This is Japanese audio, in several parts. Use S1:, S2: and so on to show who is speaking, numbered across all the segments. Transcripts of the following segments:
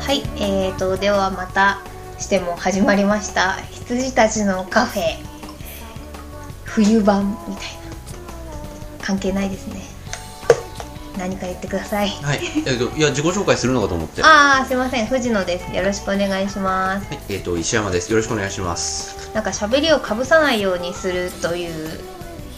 S1: はい、えーとではまたしても始まりました羊たちのカフェ冬版みたいな関係ないですね何か言ってください
S2: はい、えっと、いや、自己紹介するのかと思って。は
S1: あーすいません藤野ですよろしくお願いします
S2: い、えっと、石山です。よろしくお願いします。
S1: なんか喋りをかぶさないようにするという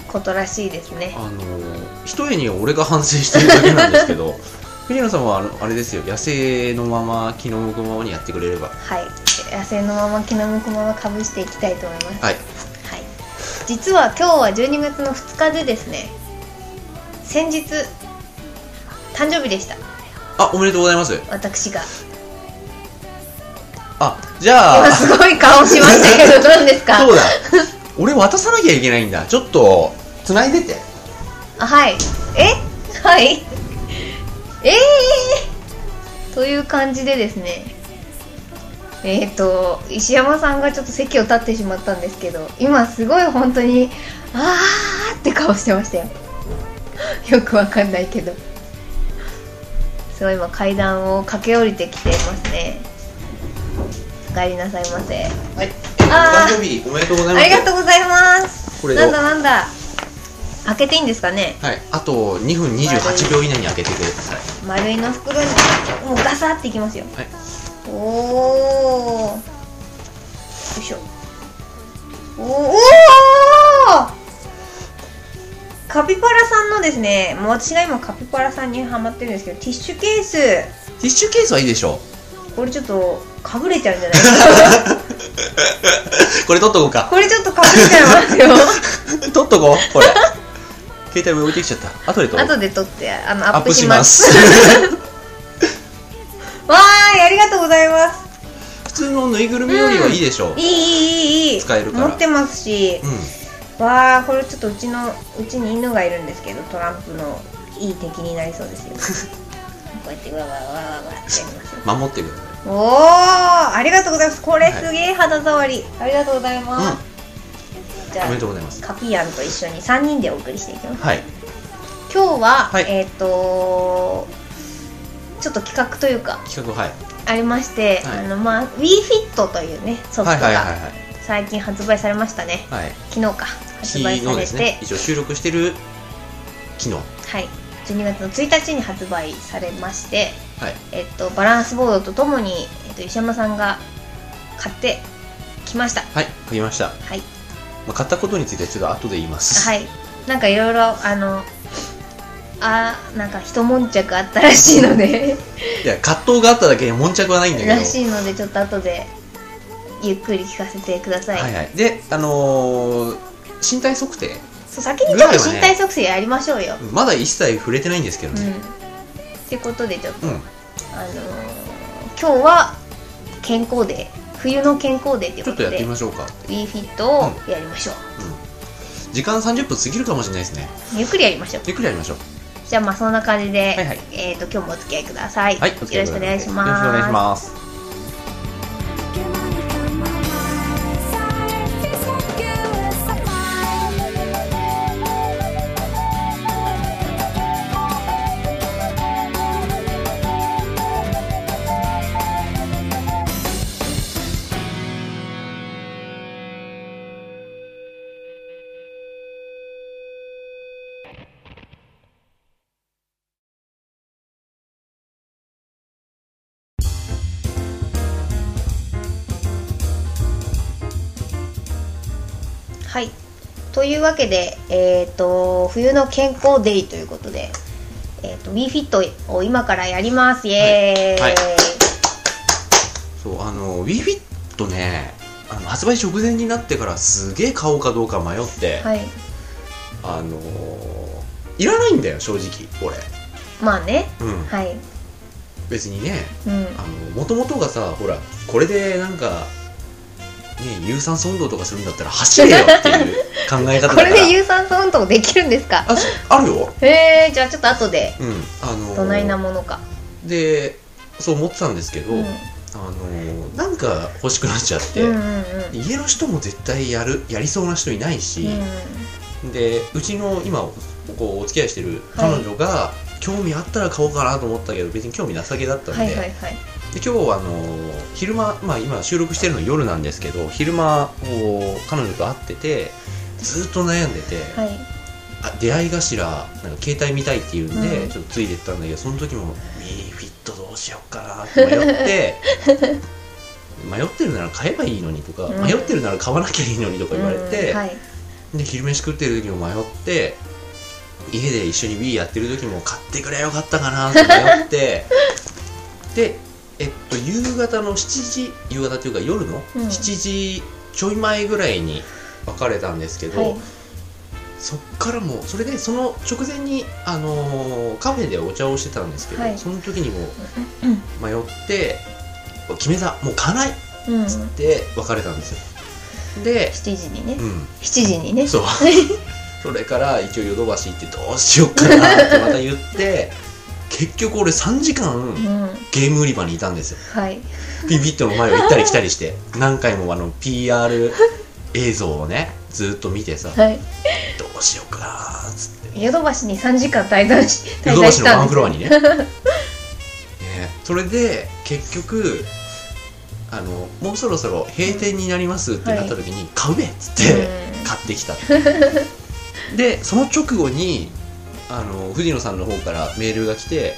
S1: ことらしいですね
S2: あのー、ひとえに俺が反省してるだけなんですけど。 藤野さんはあの、あれですよ、野生のまま、気の向くままにやってくれれば。
S1: はい野生のまま気の向くままかぶしていきたいと思います
S2: はい、
S1: はい、実は今日は12月の2日でですね先日誕生日でした
S2: あ、おめでとうございます。
S1: 私が
S2: あ、じゃ
S1: 今
S2: あ。
S1: すごい顔しましたけどどうですか
S2: そうだ。俺渡さなきゃいけないんだ。ちょっと、繋いでて。
S1: あはいえはいえー、という感じでですねえっ、ー、と石山さんがちょっと席を立ってしまったんですけど今すごい本当にあーって顔してましたよ よくわかんないけどすごい今階段を駆け下りてきていますねお帰りなさいませ
S2: はい。
S1: あー
S2: お誕生日おめでとうござい
S1: あ
S2: ます。
S1: りがとうございます
S2: これを
S1: なんだなんだ開けていいんですかね
S2: はい、あと2分28秒以内に開けてください。
S1: 丸いの袋にもうガサっていきますよ
S2: はい、
S1: おおよいしょおーおーカピパラさんのですねもう私が今カピパラさんにハマってるんですけどティッシュケース
S2: ティッシュケースはいいでしょ
S1: これちょっとかぶれちゃうんじゃないですか
S2: これ取っとこう か。
S1: これちょっとかぶれちゃいますよ
S2: 取っとこう、これ。 携帯上置いてきちゃった。後で取ろう。
S1: 後で撮ってあの
S2: ア
S1: アッ
S2: ップ
S1: プし
S2: し
S1: ま
S2: ますす。
S1: わーいありがとうございます
S2: 普通のぬいぐるみよりはいいでしょう。
S1: いいいいいいいい
S2: 使えるから
S1: 持ってますし
S2: うん。
S1: わあこれちょっとうちのうちに犬がいるんですけどトランプのいい敵になりそうです よこうやってわわわわわわってやりますよ
S2: 守ってくださ
S1: おおありがとうございますこれ
S2: はい
S1: すげえ肌触り、ありがとうございま
S2: い。
S1: す、じ
S2: うん。
S1: ゃ
S2: おめで
S1: あ
S2: とうございます。
S1: カピアンと一緒に3人でお送りしていきます
S2: はい。
S1: 今日は、
S2: はい
S1: えっ、とちょっと企画というか
S2: 企画、はい。
S1: ありまして、
S2: はい
S1: あのまあ WeFit というねソフ
S2: はい
S1: ト
S2: はいはい
S1: が最近発売されましたね、
S2: はい。はい。
S1: 昨日か発売さ
S2: 昨
S1: れ
S2: 日で
S1: て、
S2: すね。一応収録してる昨日。は
S1: はい、12月の1日に発売されまして、
S2: い。
S1: えっと、バランスボードとともに、えっと、石山さんが買ってきました。
S2: はい。買いました。
S1: はい、
S2: まあ、買ったことについてはちょっと後で言います。
S1: はい、なんかいろいろあのあーなんか一悶着あったらしいので
S2: いや、葛藤があっただけで悶着はないんだけど。
S1: らしいのでちょっと後でゆっくり聞かせてください、
S2: はいはい。で、あのー、身体測定。
S1: そう先にちょっ
S2: ぐらい
S1: と
S2: はね
S1: 身体測定やりましょうよ、
S2: まだ一切触れてないんですけど
S1: うん
S2: ね。
S1: ってことでちょっと、
S2: うん。
S1: あのー今日は健康デー冬の健康デーっていう
S2: ちょ
S1: こ
S2: っと
S1: と
S2: やっ
S1: で
S2: てみましょうか。
S1: ウィーフィットをやりましょう、
S2: 時間30分過ぎるかもしれないですね。
S1: ゆっくりやりましょう
S2: ゆっくりやりましょう。
S1: じゃあまあそんな感じで、
S2: はいはい
S1: えっ、と今日もお付き合いください、
S2: はい、
S1: よ
S2: お
S1: ろ
S2: 付き合
S1: しくお
S2: くださ
S1: 願いします
S2: よろしくお願いします。
S1: はいというわけでえっ、と冬の健康デイということでえっ、と WeFit を今からやりますイエーイ、
S2: はいはそう、あの、WeFit ね、あの発売直前になってからすげえ買おうかどうか迷って、
S1: はい
S2: あのー、いらないんだよ、正直、俺。
S1: まあね
S2: うん。
S1: はい
S2: 別にね、
S1: うん
S2: あの、もともとがさ、ほら、これでなんか、ね、有酸素運動とかするんだったら走れよっていう考え方だか ら。
S1: これで有酸素運動できるんですか
S2: あ、そうあるよ。
S1: えー、じゃあちょっと後で
S2: うん。あのー
S1: どないなものか、
S2: で、そう思ってたんですけど、
S1: うん、うん
S2: あのーなんか欲しくなっちゃって、
S1: うんうん
S2: 家の人も絶対やるやりそうな人いないし、でうちの今こうお付き合いしてる彼女が、興味あったら買おうかなと思ったけど別に興味なさげだっ
S1: う
S2: た
S1: ん
S2: んで、
S1: はいはいはい
S2: で今日はあの昼間、まあ、今収録してるの夜なんですけど昼間こう彼女と会っててずっと悩んでて、
S1: はい
S2: あ出会い頭なんか携帯見たいって言うんで、
S1: うん
S2: ちょっとついてったんだけどその時も「ミーフィットどうしようかな」って迷って 迷ってるなら買えばいいのにとか、
S1: うん
S2: 迷ってるなら買わなきゃいいのにとか言われて、
S1: うんはい
S2: で昼飯食ってる時も迷って家で一緒に Wii やってる時も買ってくれよかったかなって迷って でえっと夕方の7時夕方っていうか夜の
S1: うん
S2: 7時ちょい前ぐらいに別れたんですけど、
S1: はい
S2: そっからもうそれでその直前に、あのーカフェでお茶をしてたんですけど、
S1: はい
S2: その時にも迷って決めたもう買わないっ
S1: うん
S2: つ
S1: 7
S2: って別れたんですよで、
S1: 時にね
S2: うん、
S1: 7時にね
S2: そうそれから一応ヨドバシ行ってどうしようかなってまた言って結局俺3時間
S1: うん
S2: ゲーム売り場にいたんですよ
S1: はい
S2: ピピットの前を行ったり来たり して何回もあの PR 映像をねずっと見てさ
S1: はい
S2: どうしようかなっつって
S1: ヨドバシに3時間滞在し
S2: ヨ
S1: 滞
S2: ドバ
S1: 在
S2: シ
S1: し
S2: のワ
S1: たん
S2: ン
S1: で
S2: フ
S1: す
S2: ロア にねねそれで結局あのもうそろそろ閉店になりますってなった時に、買うべっつって、
S1: うん
S2: 買ってきたでその直後にあの藤野さんの方からメールが来て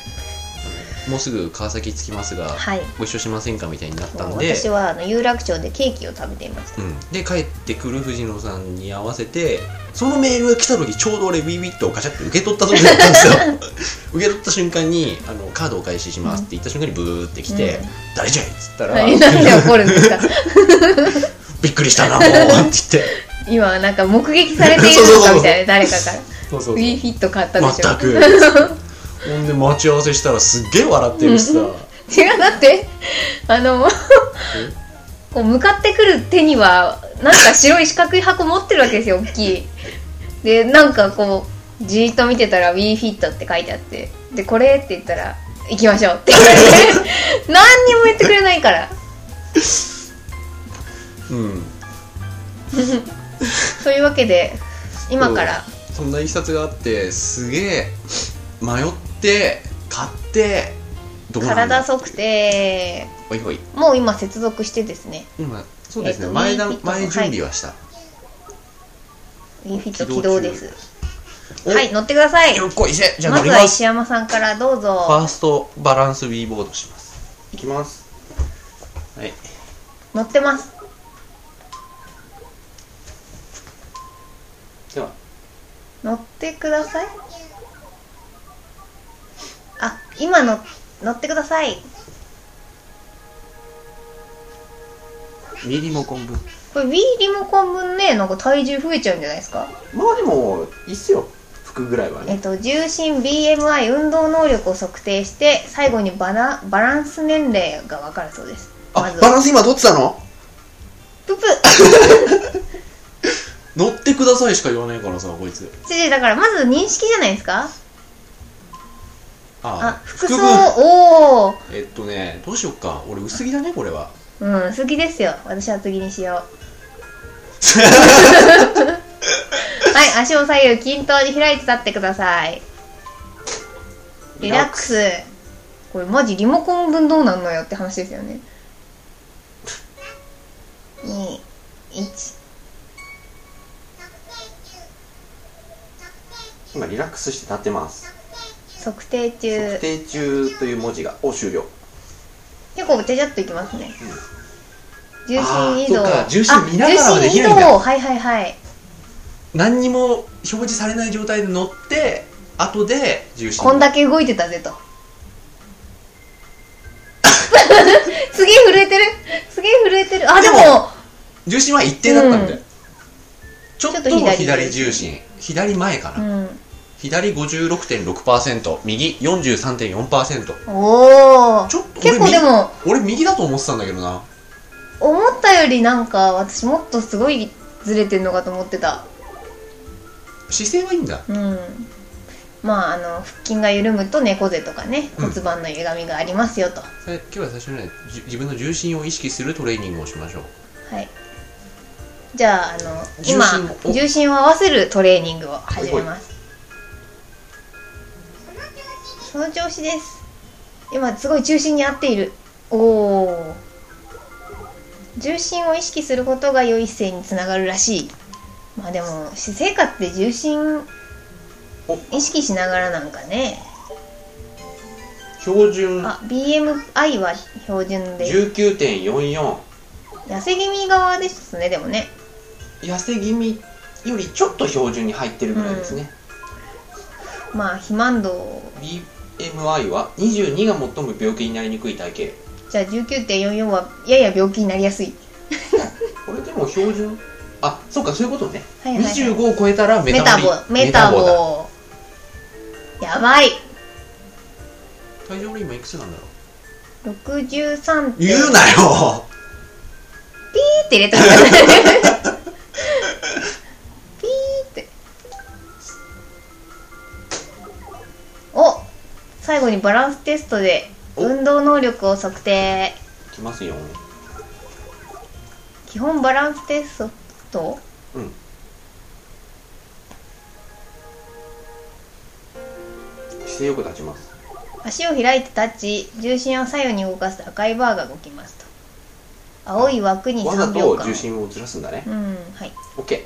S2: あのもうすぐ川崎着きますが
S1: はい
S2: ご一緒しませんかみたいになったんで
S1: 私はあの有楽町でケーキを食べていました
S2: うん、で帰ってくる藤野さんに合わせてそのメールが来た時ちょうど俺ビビッとガチャって受け取った時だったんです よ受け取った瞬間にあの「カードお返しします」って言った瞬間にブーって来て「
S1: うん
S2: 誰じゃい?」っつったら、
S1: はいなんで怒るんですか
S2: びっくりしたなもう」って言 って
S1: 今はなんか目撃されているのか みたいな誰かから
S2: そうそうそう
S1: ウィーフィット買ったでしょ
S2: 全く ほんで待ち合わせしたらすっげえ笑ってるしさ
S1: 違うだってあのこう向かってくる手にはなんか白い四角い箱持ってるわけですよ大きいでなんかこうじーっと見てたら「WeFit」って書いてあってで「これ」って言ったら「行きましょう」って言わ れて何にも言ってくれないから
S2: うん
S1: というわけで今から
S2: そんないきさつがあってすげえ迷って買ってどうなん
S1: 体
S2: だ
S1: 測定
S2: ほいほい
S1: もう今接続してですね
S2: 今そうです
S1: え
S2: ね、
S1: っと
S2: 前だ
S1: ミーティング
S2: 前準備はした、
S1: WeFit 起動です
S2: お
S1: はい乗ってください
S2: よっこいせじゃあ
S1: まず
S2: 乗り
S1: は
S2: ま
S1: 石
S2: す
S1: 山さんからどう
S2: ファ
S1: ぞ
S2: ーストバランス B ボードしますいきますはい
S1: 乗ってます
S2: では
S1: 乗ってくださいあ今の乗ってください
S2: ミリモコン分
S1: これ Wii リモコン分ねなんか体重増えちゃうんじゃないですか
S2: まあでもいいっすよ服ぐらいは
S1: えっと重心 BMI 運動能力を測定して最後にバラバランス年齢が分かるそうですま
S2: あ
S1: ず
S2: バランス今取ってたの
S1: ププ
S2: 乗ってくださいしか言わないからさこいつ
S1: 知事だからまず認識じゃないですかあ服装おお
S2: えっとねどうしよっか俺薄着だねこれは
S1: うん好きですよ私は次にし ようはい足を左右均等に開いて立ってくださいリラックスこれマジリモコン分どうなんのよって話ですよね21
S2: 今リラックスして立ってます
S1: 測定中
S2: 定中という文字がお終了
S1: 結構ちゃちゃっといきますね、重心移
S2: あ
S1: 動
S2: ーそっか重心見ながらはできないん
S1: あ重
S2: だ
S1: 心移動はいはいはい
S2: 何にも表示されない状態で乗って後で重心
S1: こんだけ動いてた ぜとすげえ震えてるすげえ震えてるあでも
S2: でも重心は一定だったんで、
S1: うん
S2: ちょっ
S1: ちょっと
S2: と
S1: 左
S2: 左重心左前かな、
S1: うん
S2: 左56.6%右43.4%
S1: おお
S2: ちょっと俺
S1: 結構でも
S2: 俺右だと思ってたんだけどな
S1: 思ったよりなんか私もっとすごいずれてんのかと思ってた
S2: 姿勢はいいんだ
S1: うんまああの腹筋が緩むと猫背とかね
S2: うん
S1: 骨盤の歪みがありますよと、
S2: さ今日は最初にねじ自分の重心を意識するトレーニングをしましょう
S1: はいじゃああの今
S2: 重心をお
S1: 重心を合わせるトレーニングを始めますその調子です今すごい中心に合っているおお重心を意識することが良い姿勢につながるらしいまあでも私生活って重心
S2: お
S1: 意識しながらなんかね
S2: 標準
S1: あ BMI は標準で
S2: 19.44
S1: 痩せ気味側ですねでもね
S2: 痩せ気味よりちょっと標準に入ってるぐらいですね、
S1: まあ肥満度
S2: BMI は22が最も病気になりにくい体型
S1: じゃあ19.44はやや病気になりやすい
S2: これでも標準あそうかそういうことね、
S1: はいはい、はい、
S2: 25を超えたらメ
S1: メ
S2: タ
S1: タ
S2: ボリ
S1: ボメタ
S2: メだ
S1: ボやばい
S2: 体重俺今いくつなんだろう
S1: 63
S2: 言うなよ
S1: って 入れといたピーってお最後にバランステストで
S2: お
S1: 運動能力を測定
S2: きますよ
S1: 基本バランステスト
S2: うん姿勢よく立ちます
S1: 足を開いてタッチ重心を左右に動かすと赤いバーが動きますと青い枠に
S2: わざ
S1: 3秒
S2: と
S1: 間
S2: 重心をずらすんだね
S1: うんはい
S2: OK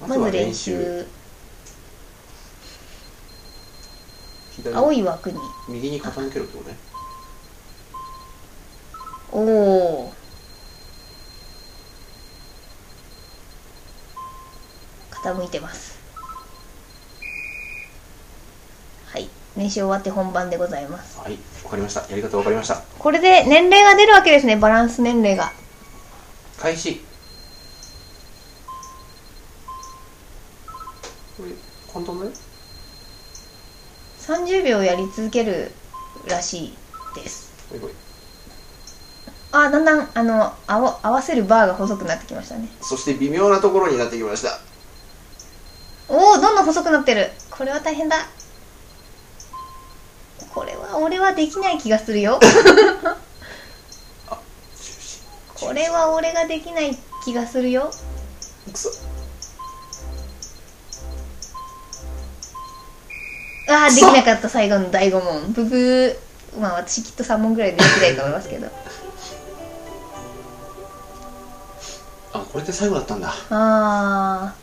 S2: ま
S1: ま
S2: ずは
S1: ず
S2: 練
S1: 練
S2: 習
S1: 習
S2: 左
S1: 青い枠に
S2: 右に傾けるってことね
S1: おお傾いてますはい練習終わって本番でございます
S2: はいわかりましたやり方わかりました
S1: これで年齢が出るわけですねバランス年齢が
S2: 開始これ簡単だよ
S1: 30秒やり続けるらしいです
S2: ほいほい
S1: あだんだんあの合わ合わせるバーが細くなってきましたね
S2: そして微妙なところになってきました
S1: おおどんどん細くなってるこれは大変だこれは俺はできない気がするよこれは俺ができない気がするよ
S2: くそ
S1: あー
S2: く
S1: でき
S2: そ
S1: なかった最後の第5問ブブーまあ私きっと3問ぐらいでできないと思いますけど
S2: あこれって最後だったんだ
S1: あ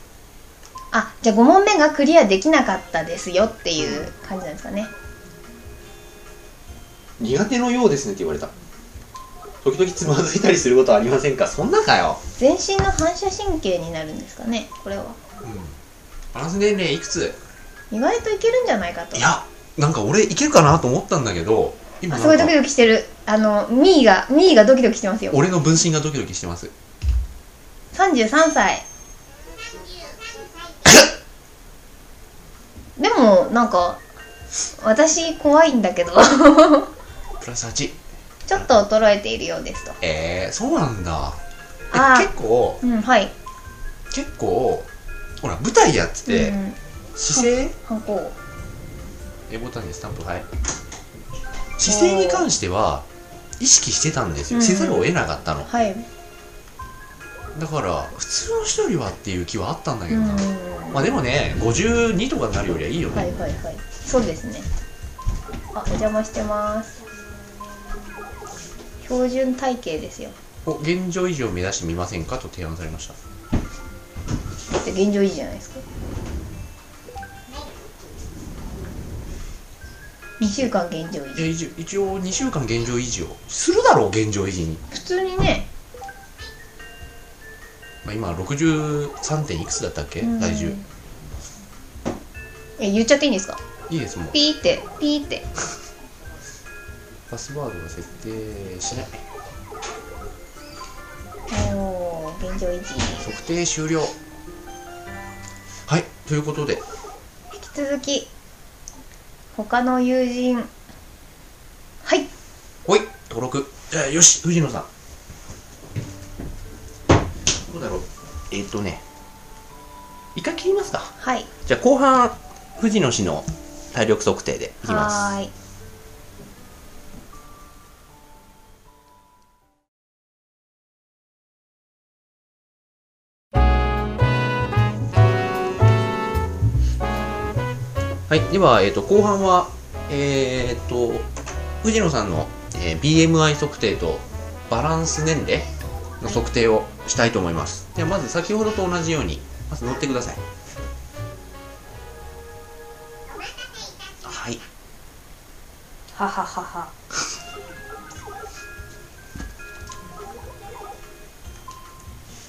S1: ーあじゃあ5問目がクリアできなかったですよっていう感じなんですかね
S2: 苦手のようですねって言われた時々つまずいたりすることはありませんかそんなかよ、
S1: 全身の反射神経になるんですかねこれは
S2: バランス年齢いくつ
S1: 意外といけるんじゃないかと
S2: いやなんか俺いけるかなと思ったんだけど今
S1: あす
S2: な
S1: ご
S2: ん
S1: いドキ
S2: か
S1: ドキしてるあのミーがミーがドキドキしてますよ
S2: 俺の分身がドキドキしてます
S1: 33歳でもなんか私怖いんだけど
S2: プラス8
S1: ちょっと衰えているようですと
S2: えー、そうなんだえ
S1: あー
S2: 結構
S1: うんはい、
S2: 結構ほら舞台やってて、
S1: うん、
S2: 姿勢
S1: 反抗
S2: A ボタンにスタンプはい姿勢に関しては意識してたんですよ、
S1: うん
S2: せざるを得なかったの
S1: はい
S2: だから普通の人よりはっていう気はあったんだけ
S1: う
S2: ど
S1: ん
S2: な、まあでもね52とかになるよりはいいよね、
S1: はいはいはいそうですねあお邪魔してます標準体型ですよ
S2: お現状維持を目指してみませんかと提案されました
S1: だって現状維持じゃないですか2週間現状維
S2: いや
S1: 持
S2: 一応一応2週間現状維持をするだろう現状維持に、
S1: 普通にね
S2: まあ、今 63. 点いくつだったっけ
S1: うん
S2: 体重
S1: え言っちゃっていいんですか
S2: いいですもう
S1: ピーってピーって
S2: パスワードは設定しない
S1: おー現状維持
S2: 測定終了はいということで
S1: 引き続き他の友人はい
S2: ほい登録じゃあよし藤野さんどうだろうえっ、とね一回切りますか
S1: はい
S2: じゃあ後半藤野氏の体力測定でいきます
S1: はーい
S2: はい、では、えー、と後半は、えー、と藤野さんのえー BMI 測定とバランス年齢の測定をしたいと思いますではまず先ほどと同じようにまず乗ってくださいはい
S1: はははは。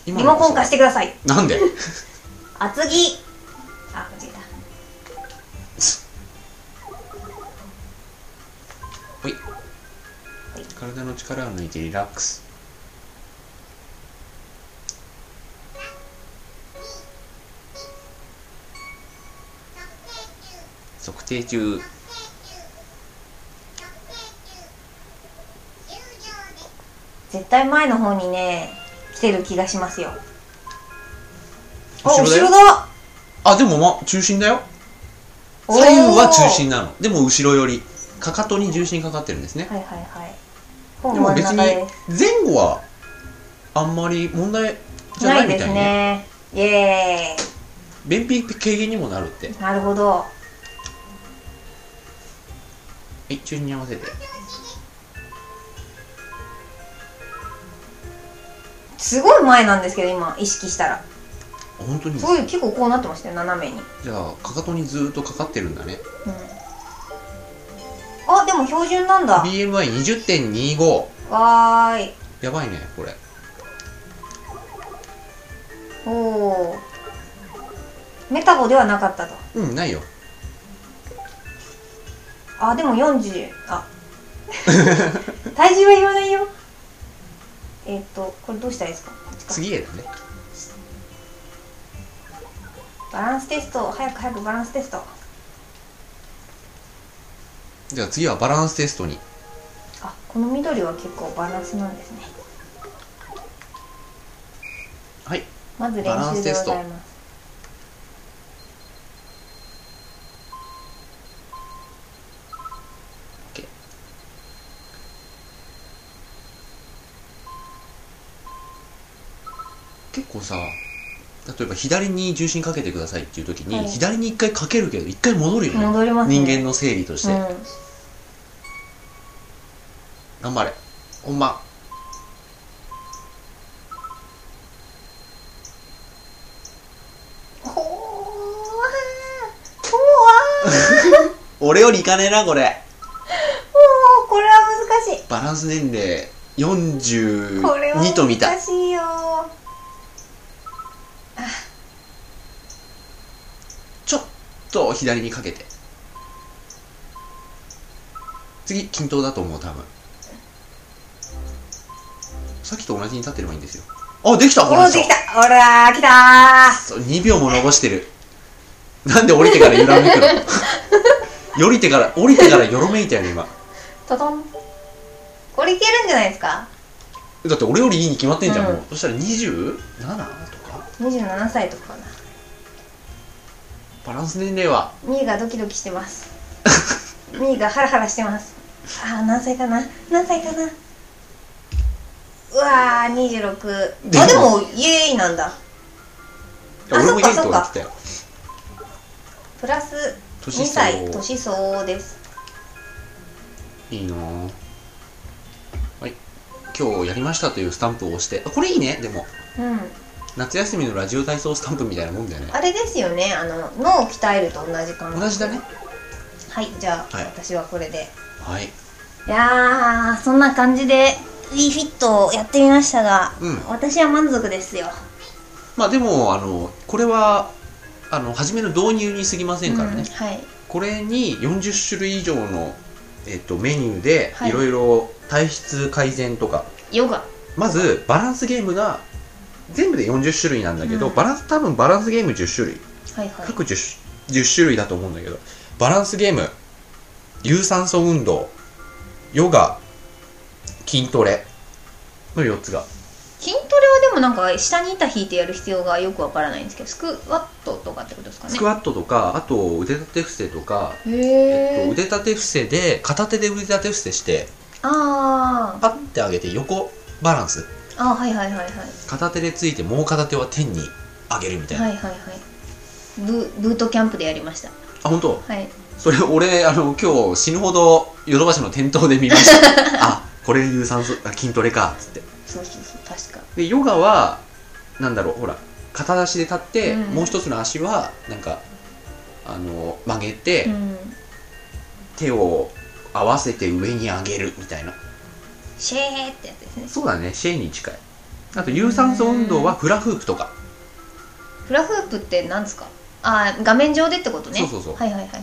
S2: 今
S1: リ
S2: の
S1: モコン貸してください。
S2: なんで
S1: 厚木。あ、間違え
S2: ほい体の力を抜いてリラックス測定中
S1: た。絶対前の方にね、来てる気がしますよ。あ、
S2: 後ろだ
S1: 後
S2: よ
S1: ろだ。
S2: あでもま中心だよ
S1: おー
S2: 左右は中心なのでも後ろよりかかとに重心かかってるんですね
S1: はいはいはい。ほ
S2: で
S1: ぼ
S2: も
S1: 真
S2: 別
S1: ん
S2: に
S1: 中で
S2: 前後はあんまり問題
S1: す。
S2: じゃ
S1: な
S2: ない
S1: い
S2: み
S1: で
S2: た
S1: す
S2: いね
S1: ね。イエー
S2: 便秘軽減にもなるっては
S1: イ。なるほど。
S2: い中心に合わせて
S1: すごい前なんですけど今意識したら。
S2: あ本当に
S1: すごい結構こうなってましたよ斜めに。うん。
S2: じゃあかかとにずーっとかかってるんだね
S1: あ、でも標準なんだ。
S2: BMI20.25
S1: わーい。
S2: やばいねこれ
S1: おお。メタボではなかったと。
S2: うんないよ
S1: あ、でも40、あ。体重は言わないよ。えっ、と、これどうしたらいいですかこっちか
S2: 次へだね
S1: バランステスト、早く早くバランステスト。
S2: じゃあ次はバランステストに
S1: あ、この緑は結構バランスなんですね。
S2: はい
S1: まず練
S2: バラン
S1: 習
S2: ス
S1: でご
S2: テスト
S1: ざいます。
S2: OK 結構さ例えば左に重心かけてくださいっていう時に、
S1: はい
S2: 左に一回かけるけど一回戻るよね
S1: 戻りますね
S2: 人間の生理として、
S1: うん。
S2: 頑張れ本番
S1: ほーほー
S2: 俺よりいかねえなこれ
S1: ほーこれは難しい。
S2: バランス年齢
S1: これは
S2: 42と見た
S1: 難しいよー。
S2: ちょっと左にかけて次均等だと思う多分さっきと同じに立ってればいいんですよあできた
S1: お
S2: この
S1: ー、
S2: 人
S1: できたほらー、来たー
S2: そう2秒も残してるなんで降りてから揺 らめくの降りてから降りてからよろめいたよね今
S1: トトン。これいけるんじゃないですか
S2: だって俺よりいいに決まってんじゃん、
S1: うん
S2: もうそしたら 27? とか
S1: ?27 歳とかかな。
S2: バランス年齢は
S1: ミーがドキドキして ます。ミーがハラハラしてます。ああ、何歳かな何歳かなうわー、26。あ、でも、イエーイなんだ。あ
S2: 俺も入れる
S1: そ
S2: と
S1: っ
S2: か
S1: か
S2: 言ってたよ
S1: プラス2
S2: 年相
S1: 歳、年相応です。
S2: いいなぁはい今日やりましたというスタンプを押してあこれいいねでも
S1: うん。
S2: 夏休みのラジオ体操スタンプみたいなもんだよね
S1: あれですよね、あの、脳を鍛えると同じ感じ。
S2: 同じだね。
S1: はい、じゃあ、
S2: はい
S1: 私はこれで。
S2: はい
S1: いやー、そんな感じで、WeFit をやってみましたが、
S2: うん
S1: 私は満足ですよ。
S2: まあでもあのこれはあの初めの導入に過ぎませんからね、
S1: うんはい。
S2: これに40種類以上の、えっと、メニューで
S1: はい
S2: いろいろ体質改善とか、
S1: ヨガ。
S2: まずバランスゲームが全部で40種類なんだけど、
S1: うん
S2: バランス多分バランスゲーム10種類
S1: はいはい。
S2: 各 10, 10種類だと思うんだけどバランスゲーム有酸素運動ヨガ筋トレの4つが
S1: 筋トレはでもなんか下に板引いてやる必要がよくわからないんですけどスクワットとかってことですかね
S2: スクワットとかあと腕立て伏せとか、
S1: へ
S2: えっ
S1: え
S2: と、腕立て伏せで片手で腕立て伏せして
S1: あー
S2: パッて上げて横バランス
S1: あはいはいはいはい
S2: 片手でついてもう片手は天に上げるみたいな、
S1: はいはいはいブブートキャンプでやりました
S2: あ本当
S1: はい
S2: それ俺あの今日死ぬほどヨドバシの店頭で見ましたあこれ有酸素あ筋トレかっつって
S1: そうそうそう確か
S2: でヨガはなんだろうほら片足で立って、
S1: うん
S2: もう一つの足はなんかあの曲げて、
S1: うん
S2: 手を合わせて上に上げるみたいな
S1: シェーってやつですね
S2: そうだねシェイに近いあと有酸素運動はフラフープとか
S1: フラフープって何ですかあー画面上でってことね
S2: そうそうそう
S1: はいはいはいはい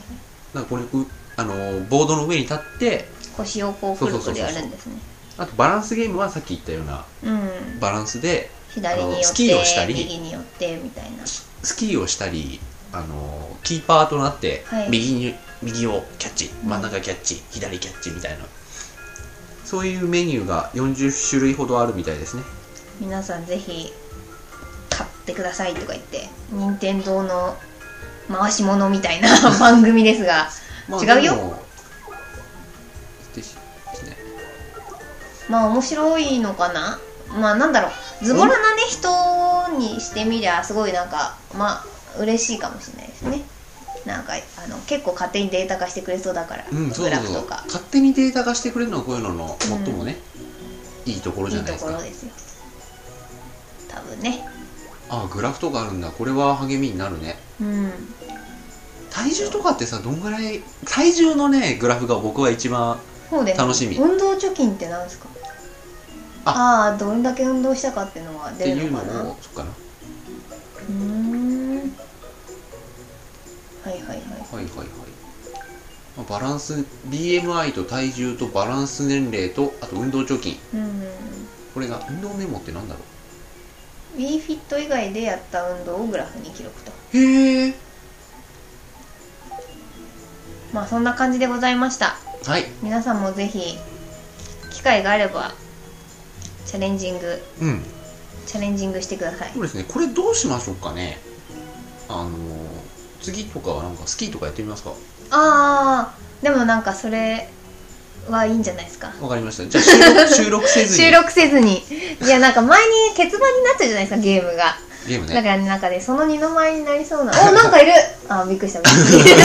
S2: なんかこれうあのボードの上に立って
S1: 腰をこうくるくるやるんですね
S2: あとバランスゲームはさっき言ったような
S1: うん
S2: バランスで
S1: 左に
S2: あ
S1: 寄
S2: のス
S1: っ
S2: キーをした
S1: て
S2: り
S1: 右に寄ってみたいな
S2: スキーをしたりあのキーパーとなって
S1: はい
S2: 右に、右をキャッチ
S1: うん
S2: 真ん中キャッチ、左キャッチみたいなそういうメニューが40種類ほどあるみたいですね
S1: 皆さんぜひ買ってくださいとか言って任天堂の回し物みた いな番組ですが
S2: ま
S1: 違うよ
S2: でもですね
S1: まあ面白いのかなまあなんだろうズボラなね人にしてみりゃすごいなんかまあ嬉しいかもしれないですねなんかあの結構勝手にデータ化してくれそうだから、
S2: うん、そう
S1: グラ
S2: そう
S1: フ
S2: そ
S1: と
S2: う
S1: か
S2: 勝手にデータ化してくれるのはこういうのの最もね、いいところじ
S1: い
S2: ゃ
S1: い
S2: ない
S1: と
S2: です
S1: こ
S2: か
S1: ろですよ多分ね
S2: あグラフとかあるんだこれは励みになるね
S1: うん
S2: 体重とかってさどんぐらい体重のねグラフが僕は一番
S1: そうです
S2: 楽しみ
S1: 運動貯金って何ですかああーどれだけ運動したかっていうのは
S2: って
S1: 出
S2: い
S1: る
S2: う
S1: の
S2: の
S1: かな
S2: をそっかな
S1: うーんはいはいはい
S2: はいはいはいまあバランス BMI と体重とバランス年齢とあと運動貯金
S1: うん
S2: これが運動メモってなんだろ
S1: WeFit 以外でやった運動をグラフに記録と
S2: うへえ
S1: まあそんな感じでございました
S2: はい
S1: 皆さんもぜひ機会があればチャレンジング
S2: うん
S1: チャレンジングしてください
S2: そうですねこれどうしましょうかねあのー次とかはなんかスキーとかやってみますか
S1: あーでもなんかそれはいいんじゃないですか
S2: わかりました。じゃあ 収録収録せずに
S1: 収録せず にいやなんか前に欠番になったじゃないですかゲームが
S2: ゲーム
S1: だ
S2: ね。
S1: から、ね、なんかね、その二の舞になりそう な。お、なんかいる。あ、びっくりした。びっくりし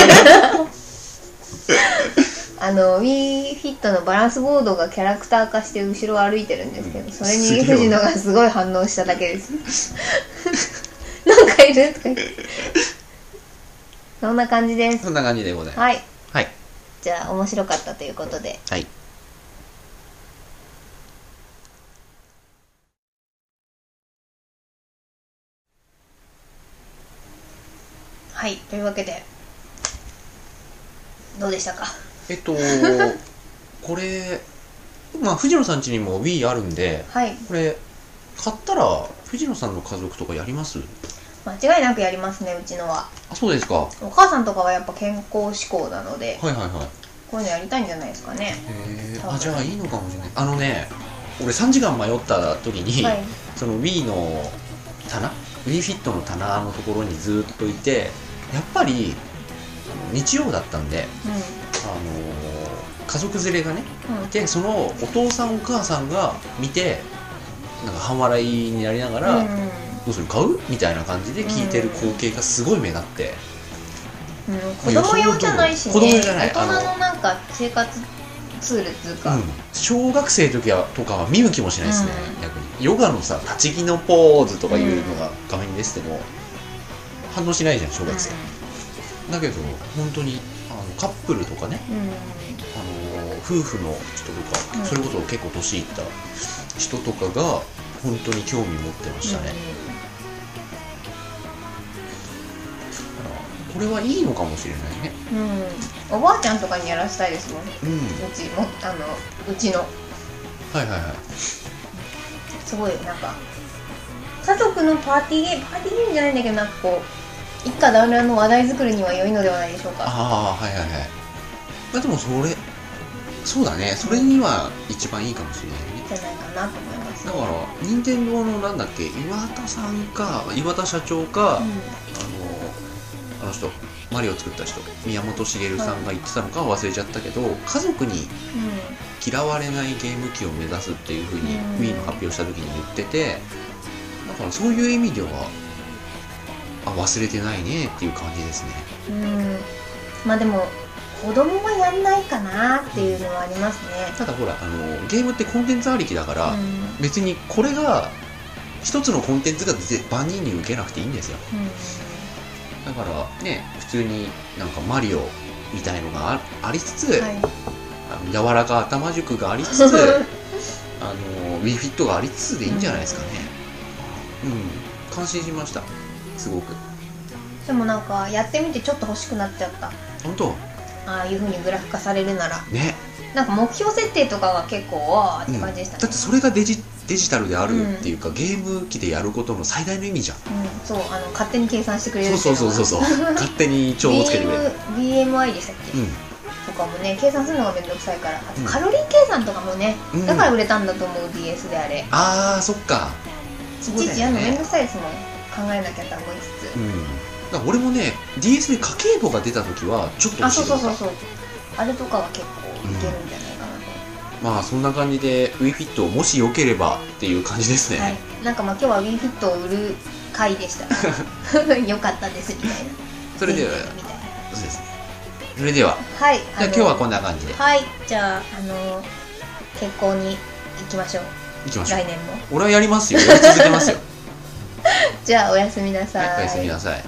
S1: たあの WeFit のバランスボードがキャラクター化して後ろを歩いてるんですけど、
S2: うん
S1: それ
S2: すげ
S1: に
S2: え
S1: 藤野がすごい反応しただけです なんかいるとか言ってそんな感じです
S2: そんな感じでございます。
S1: はい
S2: はい。
S1: じゃあ面白かったということで
S2: はい。
S1: はいというわけでどうでしたか
S2: えっと、これ、まあ、藤野さん家にも Wii あるんで、
S1: はい
S2: これ、買ったら、藤野さんの家族とかやります
S1: 間違いなくやりますねうちのは
S2: あ、そうですか。は
S1: お母さんとかはやっぱ健康志向なので
S2: いはいはい。
S1: こういうのやりたいんじゃないですかね
S2: へえ
S1: 多分
S2: あ、じゃあいいのかもしれない。あのね、俺3時間迷った時に、
S1: はい
S2: その Wii の棚 WeFit の棚のところにずっといてやっぱりあの日曜だったんで、あのー家族連れがね
S1: うんうん
S2: でそのお父さんお母さんが見てなんか半笑いになりながら「ど
S1: う
S2: うする買う?」みたいな感じで聞いてる光景がすごい目立って、
S1: んうん、子供用じゃないしね
S2: 子供用じゃない
S1: 大人のなんか生活ツールっていう
S2: う
S1: か、
S2: ん、小学生の時はとかは見向きもしないですね、
S1: うん
S2: 逆にヨガのさ立ち木のポーズとかいうのが画面に出てても反応しないじゃん小学生、だけど本当にあのカップルとかね
S1: うんうん
S2: あのー夫婦の人とか、
S1: うん
S2: それこそ結構年いった人とかが本当に興味持ってましたね、だからこれはいいのかもしれないね
S1: うんうんおばあちゃんとかにやらしたいですもんう
S2: うん
S1: ちもあのうちの
S2: はいはいはい
S1: すごいなんか家族のパーティーゲームパーティーゲームじゃないんだけどなんかこう一家団らんの話題作りには良いのではないでしょうか
S2: ああはいはいはいまあでもそれそうだねそれには一番いいかもしれないね
S1: じゃないかなと思います
S2: だから任天堂のなんだっけ岩田さんか岩田社長か、
S1: うん
S2: あのあの人マリオ作った人宮本茂さんが言ってたのかは忘れちゃったけど家族に
S1: う
S2: 嫌われないゲーム機を目指すっていうふうに
S1: うん
S2: Wii の発表した時に言っててだからそういう意味ではあ忘れてないねっていう感じですね
S1: ん、うん、まあでも子供もやんないかなっていうのはありますね。
S2: ただほらあのゲームってコンテンツありきだから、
S1: うんうん
S2: 別にこれが一つのコンテンツが絶万人に受けなくていいんですよだからね普通になんかマリオみたいのがあありつつ、
S1: はい
S2: あの柔らか頭塾があり つつあの w i フィットがありつつでいいんじゃないですかねうん感心しましたすごく
S1: でもなんかやってみてちょっと欲しくなっちゃった
S2: 本当
S1: ああいう風にグラフ化されるなら
S2: ね
S1: なんか目標設定とかは結構あーって感じでしたね
S2: だってそれがデジデジタルであるっていうか、ゲーム機でやることの最大の意味じゃん
S1: うん、そうあの勝手に計算してくれるってい
S2: そうそうそうそう
S1: う
S2: そ う勝手に帳をつけてくれる
S1: BM BMI でしたっけ、とかもね計算するのがめんどくさいからあと
S2: うん
S1: カロリー計算とかもね、
S2: うん、うん、
S1: だから売れたんだと思う DS であれ
S2: ああそっか
S1: い
S2: そ
S1: ち
S2: う
S1: い
S2: だ
S1: ち
S2: よ
S1: やるの
S2: ね
S1: めんどくさいですもん考えなきゃと思いつつ
S2: うんだから俺もね DS で家計簿が出た時はちょっと
S1: あ
S2: 欲しい
S1: そうそうそう
S2: と
S1: そうあれとかは結構いけるんじゃないかなと、
S2: 思ったまあそんな感じで WeFit をもしよければっていう感じですね、
S1: はい、なんかまあ今日は WeFit を売る回でした ねよかったですみたいな
S2: それでは
S1: みたいな
S2: そうですねそれでは
S1: はい
S2: じゃあ今日はこ
S1: ん
S2: んな感じで
S1: はいじゃああの結婚に行きましょう
S2: いきましょう
S1: 来年も
S2: 俺はやりますよやり続けますよ
S1: じゃあおやすみなさ
S2: はいおやすみなさい